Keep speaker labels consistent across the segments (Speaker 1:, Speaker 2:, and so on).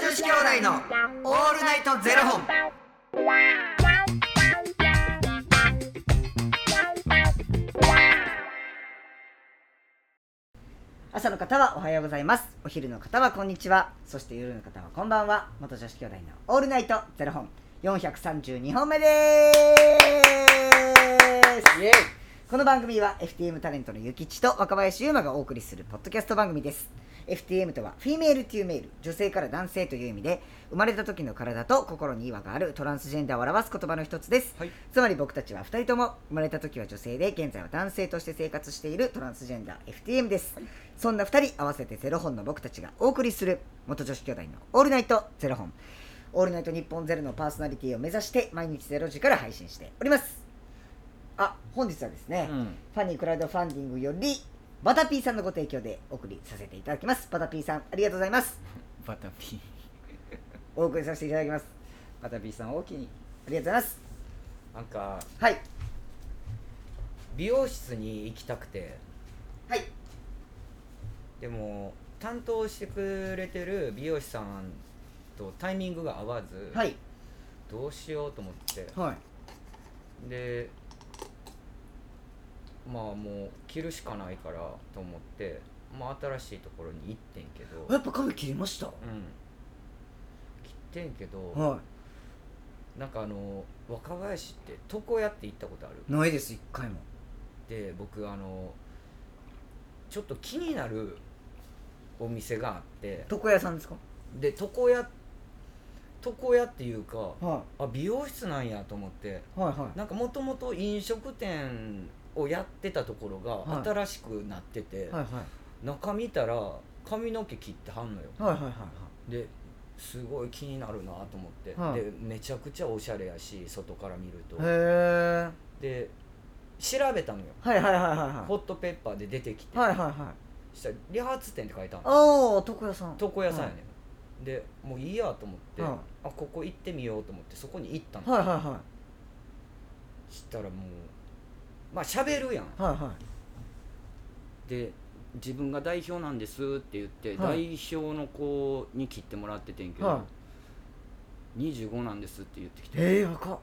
Speaker 1: 子兄弟のオールナイトゼロ本。
Speaker 2: 朝の方はおはようございますお昼の方はこんにちはそして夜の方はこんばんは元女子兄弟のオールナイトゼロ本432本目ですこの番組は FTM タレントのゆきちと若林優馬がお送りするポッドキャスト番組です FTM とはフィメールというメール女性から男性という意味で生まれた時の体と心に違和があるトランスジェンダーを表す言葉の一つです、
Speaker 1: はい
Speaker 2: つまり僕たちは2人とも生まれた時は女性で現在は男性として生活しているトランスジェンダー FTM です、そんな2人合わせてゼロ本の僕たちがお送りする元女子兄弟の「オールナイトゼロ本」「オールナイト日本ゼロのパーソナリティを目指して毎日ゼロ時から配信しておりますあ本日はですね、
Speaker 1: うん
Speaker 2: ファニークラウドファンディングよりバタピーさんのご提供でお送りさせていただきますバタピーさんありがとうございます
Speaker 1: バタピー。
Speaker 2: お送りさせていただきます
Speaker 1: バタピーさん、大きに。
Speaker 2: ありがとうございます
Speaker 3: なんか
Speaker 2: はい
Speaker 3: 美容室に行きたくて
Speaker 2: はい
Speaker 3: でも担当してくれてる美容師さんとタイミングが合わず、
Speaker 2: はい
Speaker 3: どうしようと思って
Speaker 2: はい
Speaker 3: でまあもう着るしかないからと思って、まあ、新しいところに行ってんけど
Speaker 2: やっぱ髪切りましたは
Speaker 3: うん切ってんけど、
Speaker 2: い
Speaker 3: なんかあの若林って床屋って行ったことある
Speaker 2: ないです一回も
Speaker 3: で僕あのちょっと気になるお店があって
Speaker 2: 床屋さんですか
Speaker 3: で床屋床屋っていうか
Speaker 2: は
Speaker 3: あ美容室なんやと思って
Speaker 2: いはいはい
Speaker 3: なんかもともと飲食店をやってたところ
Speaker 2: は
Speaker 3: が
Speaker 2: い
Speaker 3: 新しくなってて、
Speaker 2: はいはい
Speaker 3: 中見たら髪の毛切ってはんのよ
Speaker 2: はいはいはい
Speaker 3: ですごい気になるなと思って、
Speaker 2: はい
Speaker 3: でめちゃくちゃおしゃれやし外から見ると
Speaker 2: はいへえ
Speaker 3: で調べたのよ
Speaker 2: はいはいはいはいはい
Speaker 3: ホットペッパーで出てきて、
Speaker 2: はいはいはい
Speaker 3: したら理髪店って書いてあるの
Speaker 2: おお床屋さん
Speaker 3: 床屋さんやねん、でもういいやと思って、
Speaker 2: はい
Speaker 3: あここ行ってみようと思ってそこに行ったの、
Speaker 2: はいはいは
Speaker 3: したらもうまあ喋るやん
Speaker 2: いはいは
Speaker 3: で自分が代表なんですって言って、
Speaker 2: は
Speaker 3: 代表の子に切ってもらっててんけ
Speaker 2: い
Speaker 3: ど、
Speaker 2: は
Speaker 3: 25なんですって言ってき
Speaker 2: い
Speaker 3: て
Speaker 2: ええ若っ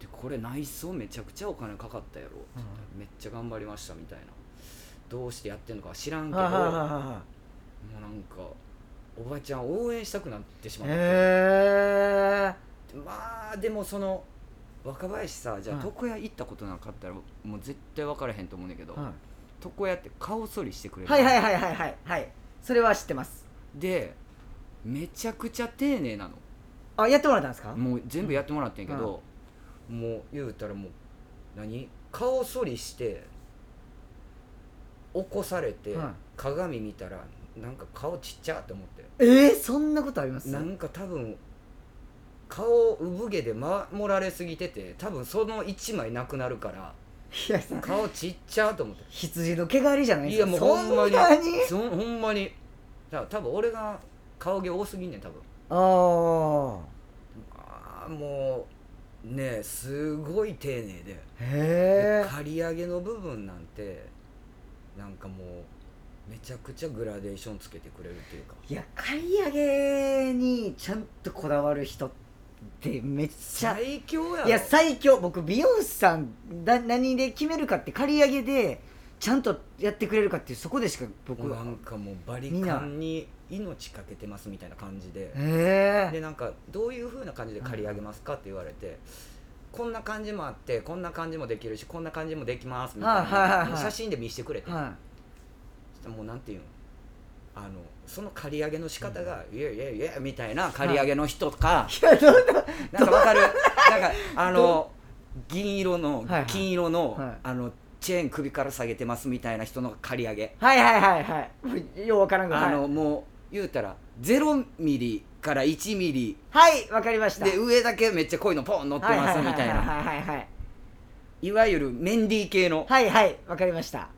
Speaker 3: でこれ内装めちゃくちゃお金かかったやろって言って、めっちゃ頑張りましたみたいなどうしてやってんのかは知らんけど、
Speaker 2: はいはいはい
Speaker 3: も
Speaker 2: はいはいう
Speaker 3: なんかおばちゃん応援したくなってしまって、
Speaker 2: へえ
Speaker 3: まあでもその若林さじゃ
Speaker 2: は
Speaker 3: あ
Speaker 2: い
Speaker 3: 床屋行ったことなかったらもう絶対分からへんと思うねんだけど、
Speaker 2: は
Speaker 3: 床屋って顔剃りしてくれ
Speaker 2: い
Speaker 3: る、
Speaker 2: はいはいはいはいはいはいそれは知ってます
Speaker 3: でめちゃくちゃ丁寧な
Speaker 2: あやってもらったんですか
Speaker 3: のもう全部やってもらってんけど、もう言うたらもう何顔剃りして起こされて、
Speaker 2: はい
Speaker 3: 鏡見たらなんか顔ちっちゃって思って
Speaker 2: ええそんなことあります
Speaker 3: なんか多分顔産毛で守られすぎてて多分その1枚なくなるから
Speaker 2: いやさ
Speaker 3: 顔ちっちゃと思って
Speaker 2: 羊の毛刈りじゃない
Speaker 3: い
Speaker 2: です
Speaker 3: や
Speaker 2: か
Speaker 3: もうほんまに
Speaker 2: そなに
Speaker 3: そんほんまにだから多分俺が顔毛多すぎんねん多分
Speaker 2: あ
Speaker 3: ああもうねえすごい丁寧で
Speaker 2: あ
Speaker 3: で
Speaker 2: へえ
Speaker 3: 刈り上げの部分なんてなんかもうめちゃくちゃグラデーションつけてくれるっていうか
Speaker 2: いや刈り上げにちゃんとこだわる人ってめっちゃ
Speaker 3: 最強やろ
Speaker 2: いや最強僕美容師さんだ何で決めるかって刈り上げでちゃんとやってくれるかっていうそこでしか僕
Speaker 3: もうな
Speaker 2: は
Speaker 3: んかもうバリカンに命かけてますみたいな感じで
Speaker 2: へ
Speaker 3: で
Speaker 2: え
Speaker 3: なんかどういう風な感じで借り上げますかって言われてこんな感じもあってこんな感じもできるしこんな感じもできますみた
Speaker 2: は
Speaker 3: い
Speaker 2: いはいはいは
Speaker 3: ない写真で見せてくれて
Speaker 2: は
Speaker 3: そしたらもうなんていうのあのその借り上げの仕方が「いやいやいや」みたいな借り上げの人とか
Speaker 2: いいやどんな
Speaker 3: なんかわかるなんかあの銀色の
Speaker 2: はいはい
Speaker 3: 金色の
Speaker 2: はい
Speaker 3: あのチェーン首から下げてますみたいな人の借り上げ
Speaker 2: はいはいはいはいもうようわからんが
Speaker 3: あ
Speaker 2: は
Speaker 3: のもう言うたら0ミリから1ミリ
Speaker 2: いはいわかりました
Speaker 3: で上だけめっちゃ濃いのポン乗って
Speaker 2: はいは
Speaker 3: ま
Speaker 2: い
Speaker 3: すみたいな
Speaker 2: はいはいはい
Speaker 3: いわゆるメンディー系の
Speaker 2: はいはいわかりました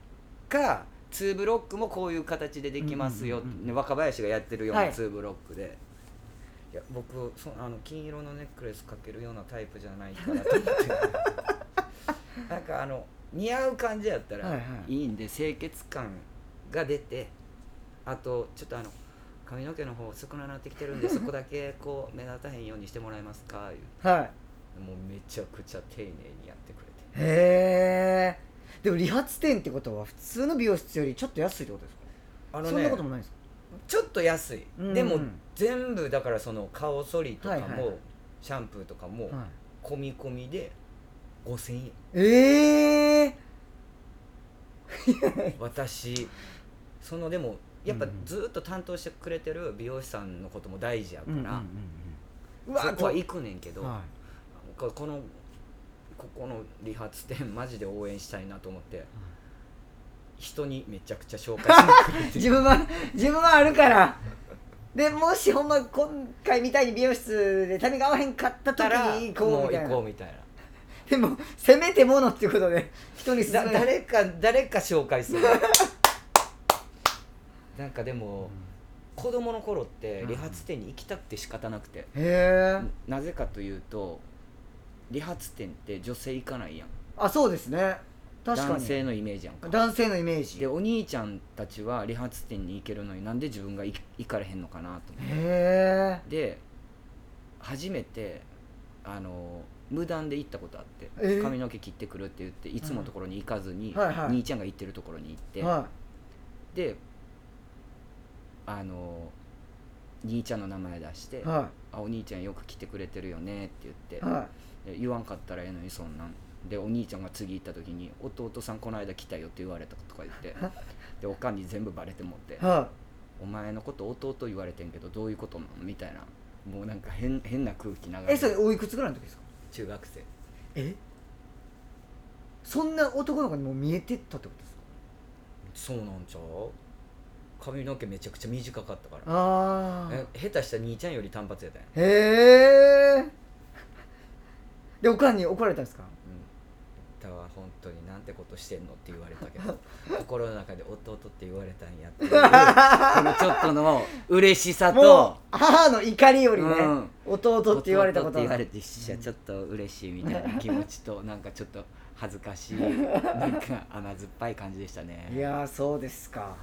Speaker 3: か2ブロックもこういう形でできますよ、
Speaker 2: うんうんうん
Speaker 3: ね若林がやってるような
Speaker 2: はい
Speaker 3: 2ブロックで、い、や僕そあの金色のネックレスかけるようなタイプじゃない からと思ってなんかあの似合う感じやったら
Speaker 2: はいはい
Speaker 3: いいんで、清潔感が出てあとちょっとあの髪の毛の方少ななってきてるんでそこだけこう目立たへんようにしてもらえますか」言う
Speaker 2: はい
Speaker 3: もうめちゃくちゃ丁寧にやってくれて
Speaker 2: へえでも理髪店ってことは普通の美容室よりちょっと安いってことですか
Speaker 3: あ
Speaker 2: そんなこともないんですか
Speaker 3: ちょっと安い、
Speaker 2: うん
Speaker 3: でも全部だからその顔剃りとかも、
Speaker 2: はいはいはい
Speaker 3: シャンプーとかも、
Speaker 2: はい
Speaker 3: 込み込みで5000円
Speaker 2: ええ
Speaker 3: 私そのでもやっぱ
Speaker 2: うん
Speaker 3: ずーっと担当してくれてる美容師さんのことも大事やか
Speaker 2: うん
Speaker 3: ら、
Speaker 2: うんうんうわ
Speaker 3: そこは
Speaker 2: こ
Speaker 3: 行くねんけど、
Speaker 2: は
Speaker 3: ここのここの理髪店マジで応援したいなと思って、人にめちゃくちゃ紹介してくれ
Speaker 2: い
Speaker 3: て
Speaker 2: 自分は自分はあるからでもしほんま今回みたいに美容室でタイミング合わへんか った時
Speaker 3: たら
Speaker 2: に行こうみ
Speaker 3: もう
Speaker 2: たい
Speaker 3: 行こう
Speaker 2: な
Speaker 3: みたいな
Speaker 2: でもせめてものっていうことで人に勧
Speaker 3: だ
Speaker 2: めない
Speaker 3: 誰か誰か紹介する なんかでも、子供の頃って理髪店に行きたくて仕方なくて、
Speaker 2: へえ
Speaker 3: なぜかというと理髪店って女性行かないやん
Speaker 2: あそうですね確かに
Speaker 3: 男性のイメージやんか
Speaker 2: 男性のイメージ
Speaker 3: でお兄ちゃんたちは理髪店に行けるのになんで自分が行行かれへんのかなと思っ
Speaker 2: へ
Speaker 3: てで初めてあの無断で行ったことあって、
Speaker 2: えー
Speaker 3: 髪の毛切ってくるって言っていつものところに行かずに、
Speaker 2: はいはい
Speaker 3: 兄ちゃんが行ってるところに行って、
Speaker 2: えは
Speaker 3: であの兄ちゃんの名前出して
Speaker 2: いは
Speaker 3: 「あお兄ちゃんよく来てくれてるよね」って言って
Speaker 2: い、は
Speaker 3: で言わんかったらええのにそんなんでお兄ちゃんが次行った時に「弟さんこの間来たよ」って言われたとか言ってでおかんに全部バレてもって
Speaker 2: いは
Speaker 3: 「お前のこと弟言われてんけどどういうことなの?」みたいなもうなんか変変な空気流
Speaker 2: い
Speaker 3: れ
Speaker 2: えそれ
Speaker 3: て
Speaker 2: おいくつぐらいの時ですか
Speaker 3: 中学生
Speaker 2: えそんな男の子にもう見えてったってことですか
Speaker 3: そうなんちゃう髪の毛めちゃくちゃ短かったから
Speaker 2: あ
Speaker 3: え下手したら兄ちゃんより単発やったんや、
Speaker 2: へえでおかんに怒られたんですか
Speaker 3: うん、だから本当になんてことしてんのって言われたけ ど心の中で弟って言われたんやって いうこのちょっとの嬉しさ
Speaker 2: もう
Speaker 3: と
Speaker 2: 母の怒りよりね、
Speaker 3: うん
Speaker 2: 弟って言われたこと
Speaker 3: 弟って言
Speaker 2: が
Speaker 3: われてしちょっと嬉しいみたいな気持ちとなんかちょっと恥ずかしいなんか甘酸っぱい感じでしたね
Speaker 2: いやーそうですか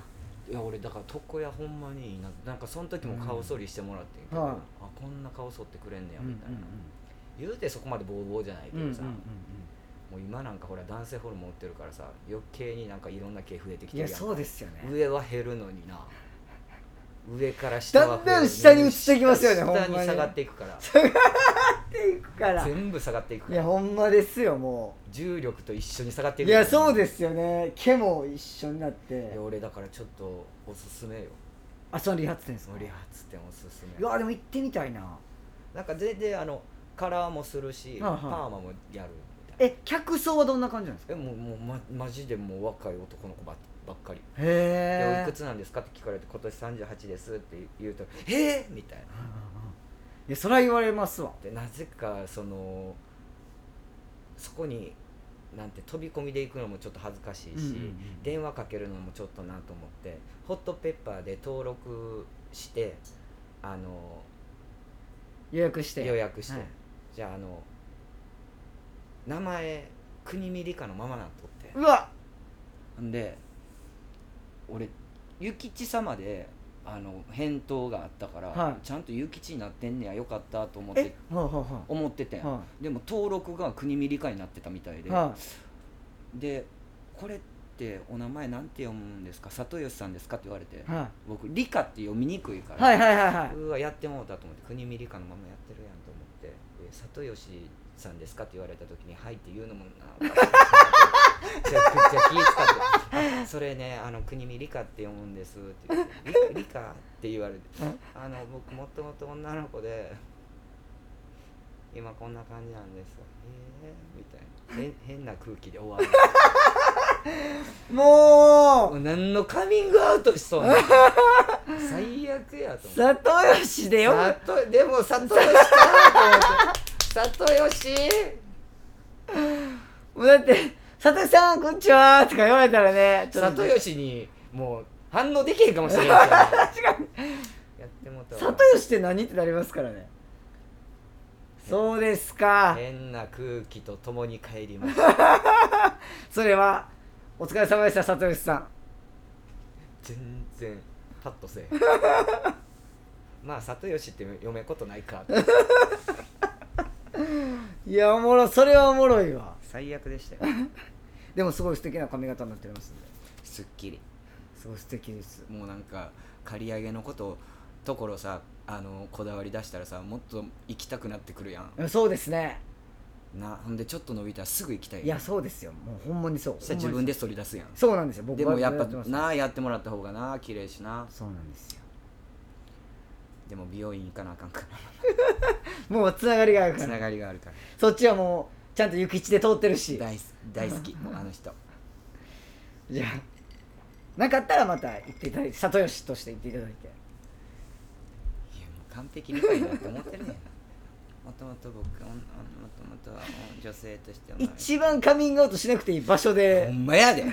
Speaker 3: いや俺だから床屋ほんまにいいななんかその時も顔剃りしてもらってんけど、
Speaker 2: うんはい
Speaker 3: あこんな顔剃ってくれんねや
Speaker 2: うんうん
Speaker 3: みたいな、言うてそこまでボーボーじゃないけ
Speaker 2: うんうん
Speaker 3: どさ、もう今なんかほら男性ホルモン売ってるからさ余計になんかいろんな毛増えてき
Speaker 2: い
Speaker 3: てる
Speaker 2: や
Speaker 3: やんか
Speaker 2: そうですよね
Speaker 3: 上は減るのにな上から下
Speaker 2: だ
Speaker 3: は増
Speaker 2: ん
Speaker 3: える
Speaker 2: だん下に移ってきますよねほん
Speaker 3: 下
Speaker 2: ま
Speaker 3: に
Speaker 2: に
Speaker 3: 下がってい くから
Speaker 2: っていくからい
Speaker 3: 全部下がっていくから
Speaker 2: やほんまですよも
Speaker 3: 重力と一緒に下がっ
Speaker 2: う
Speaker 3: てい
Speaker 2: い
Speaker 3: くから
Speaker 2: やそうですよね毛も一緒になって
Speaker 3: いや俺だからちょっとおすすめよ
Speaker 2: あその理髪店です
Speaker 3: そ
Speaker 2: か
Speaker 3: の理
Speaker 2: い
Speaker 3: 髪店おすすめ
Speaker 2: やでも行ってみたいな
Speaker 3: なんか全然あのカラーもするし、
Speaker 2: はいはい
Speaker 3: パーマもやるみたいな
Speaker 2: え客層はどんな感じなんですか
Speaker 3: えもうもう、ま、マジでもう若い男の子ばっばっかり「でおい
Speaker 2: へ
Speaker 3: く
Speaker 2: え
Speaker 3: つなんですか?」って聞かれて「今年38です」って言うと「えー!」みたいない
Speaker 2: やそれは言われますわ
Speaker 3: でなぜかそのそこになんて飛び込みで行くのもちょっと恥ずか
Speaker 2: う
Speaker 3: しいし、
Speaker 2: んうんうん
Speaker 3: 電話かけるのもちょっとなと思ってホットペッパーで登録してあの
Speaker 2: 予約して
Speaker 3: 予約して、
Speaker 2: はい
Speaker 3: じゃああの名前国見理科のままなんとって
Speaker 2: うわ
Speaker 3: んで俺諭吉様であの返答があったから、
Speaker 2: はい
Speaker 3: ちゃんと諭吉になってんねやよかったと思っ
Speaker 2: え
Speaker 3: て
Speaker 2: はあはあはあ
Speaker 3: 思っててん、
Speaker 2: は
Speaker 3: でも登録が国見理科になってたみたい
Speaker 2: い
Speaker 3: で、
Speaker 2: は
Speaker 3: でこれってお名前なんて読むんですか里吉さんですかって言われて、
Speaker 2: いは
Speaker 3: 僕理科って読みにくいか
Speaker 2: い
Speaker 3: ら、
Speaker 2: はいはいはいはいう
Speaker 3: わやってもうたと思って国見理科のままやってるやんと思ってで「里吉さんですか?」って言われた時に「はい」って言うのもなめちゃくちゃ気使ってあ「それねあの国見理科って読むんです」って言って「理理科?」って言われて「あの僕もともと女の子で今こんな感じなんです」えー、みたいな変変な空気で終わる。
Speaker 2: もう
Speaker 3: 何のカミングアウトしそうな最悪やと思って
Speaker 2: 里吉でよ
Speaker 3: 里でも里吉かなと思って里吉
Speaker 2: もうだって「里吉さんこんにちは」とか言われたらねちょっと
Speaker 3: 里吉にもう反応できへんかもしれないからやってもうたわ
Speaker 2: 里吉って何ってなりますからねそうですか
Speaker 3: 変な空気とともに帰りました
Speaker 2: それはお疲れ様でした里吉さん
Speaker 3: 全然パッとせえへんまあ里吉って読めことないか
Speaker 2: いやおもろそれはおもろいわ
Speaker 3: 最悪でしたよ
Speaker 2: でもすごい素敵な髪型になっておりますんです
Speaker 3: っきり
Speaker 2: すごい素敵です
Speaker 3: もうなんか借り上げのことところさあのこだわり出したらさもっと行きたくなってくるやん
Speaker 2: そうですね
Speaker 3: なほんでちょっと伸びたらすぐ行きたいやん
Speaker 2: いやそうですよもうほんまにそう
Speaker 3: そしたら自
Speaker 2: ほんま
Speaker 3: 分
Speaker 2: に
Speaker 3: で反り出すやん
Speaker 2: そうそうなんですよ僕
Speaker 3: でもやっぱ
Speaker 2: てます
Speaker 3: なあやってもらった方がな綺麗しな
Speaker 2: そうなんですよ
Speaker 3: でも美容院行かなあかんから
Speaker 2: もうつながりがあるか
Speaker 3: つ
Speaker 2: ら
Speaker 3: ながりがあるから
Speaker 2: そっちはもうちゃんと諭吉で通ってるし
Speaker 3: 大す大好きもうあ の人
Speaker 2: じゃあなかったらまた行っていただいて里吉として行っていただいて
Speaker 3: いやもう完璧理解だって思ってるねんもともと僕おんあのもともとはお女性として生まれ
Speaker 2: 一番カミングアウトしなくていい場所
Speaker 3: ほ
Speaker 2: で
Speaker 3: んま やで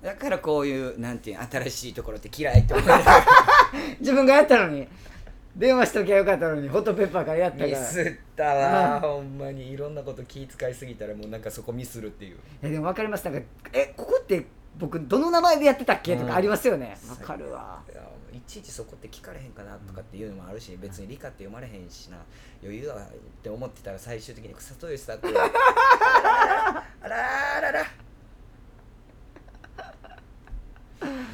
Speaker 3: だからこういうなんていうん新しいところって嫌いっ て思われ
Speaker 2: 自分がやったのに電話しときゃよかったのにホットペッパーからやったから
Speaker 3: るミスった
Speaker 2: わ
Speaker 3: わほんまにいろんなこと気遣いすぎたらもうなんかそこミスるっていう
Speaker 2: えでも分かりますなんかえここって僕どの名前でやってたっけと
Speaker 3: うん
Speaker 2: かありますよねわ、かるわ
Speaker 3: いやいちいちそこって聞かれへんかなとかっていうのもあるし別に理科って読まれへんしな余裕だわって思ってたら最終的に草豊さんってあららららら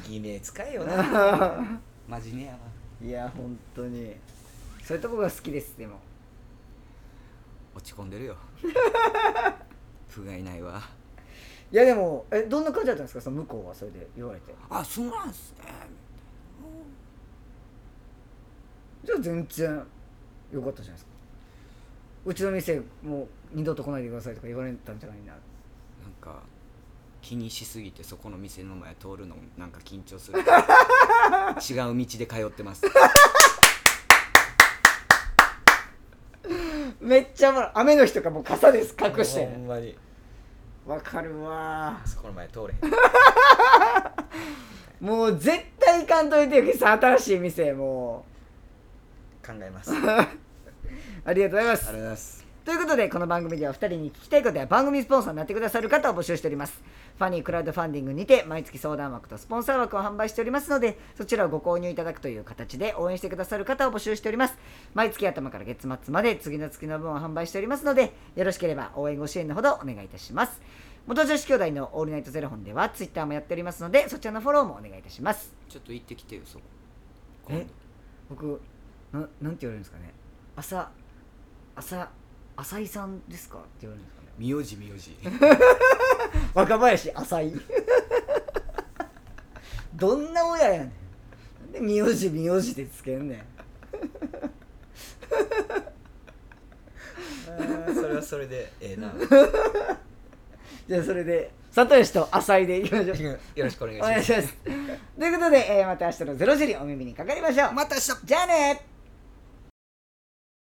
Speaker 3: 偽名使えよな 真面目やわ
Speaker 2: いや本当にそういうとこが好きですでも
Speaker 3: 落ち込んでるよ 不甲斐ないわ
Speaker 2: いやでもえどんな感じだったんですかその向こうはそれで言われて
Speaker 3: あそうなんすね
Speaker 2: じゃあ全然よかったじゃないですかうちの店もう二度と来ないでくださいとか言われたんじゃないな
Speaker 3: なんか気にしすぎてそこの店の前通るのなんか緊張す る違う道で通ってます
Speaker 2: めっちゃおもろい雨の日とかもう傘です隠して
Speaker 3: ほんまに
Speaker 2: わかるわ
Speaker 3: そこの前通れへん
Speaker 2: もう絶対行かんといてよさ新しい店も
Speaker 3: 考え ますありがと
Speaker 2: うありがとうございます
Speaker 3: うございます
Speaker 2: ということでこの番組では2人に聞きたいことや番組スポンサーになってくださる方を募集しておりますファニークラウドファンディングにて毎月相談枠とスポンサー枠を販売しておりますのでそちらをご購入いただくという形で応援してくださる方を募集しております毎月頭から月末まで次の月の分を販売しておりますのでよろしければ応援ご支援のほどお願いいたします元女子兄弟のオールナイトゼロ本ではツイッターもやっておりますのでそちらのフォローもお願いいたします
Speaker 3: ちょっと行ってきてよそこ
Speaker 2: え僕ななんて言われるんですかね朝朝浅井さんですかって言われるんですかね
Speaker 3: 苗字苗 字
Speaker 2: 若林浅井 どんな親やねんなんで名字名字でつけんねん
Speaker 3: それはそれでええ な
Speaker 2: じゃあそれで里吉と浅井でいきましょう
Speaker 3: よろしくお願い
Speaker 2: お
Speaker 3: し
Speaker 2: 願
Speaker 3: ま
Speaker 2: いし
Speaker 3: す
Speaker 2: ますということで、えーまた明日の「ゼロ時にお耳にかかりましょう
Speaker 3: また明日
Speaker 2: じゃあね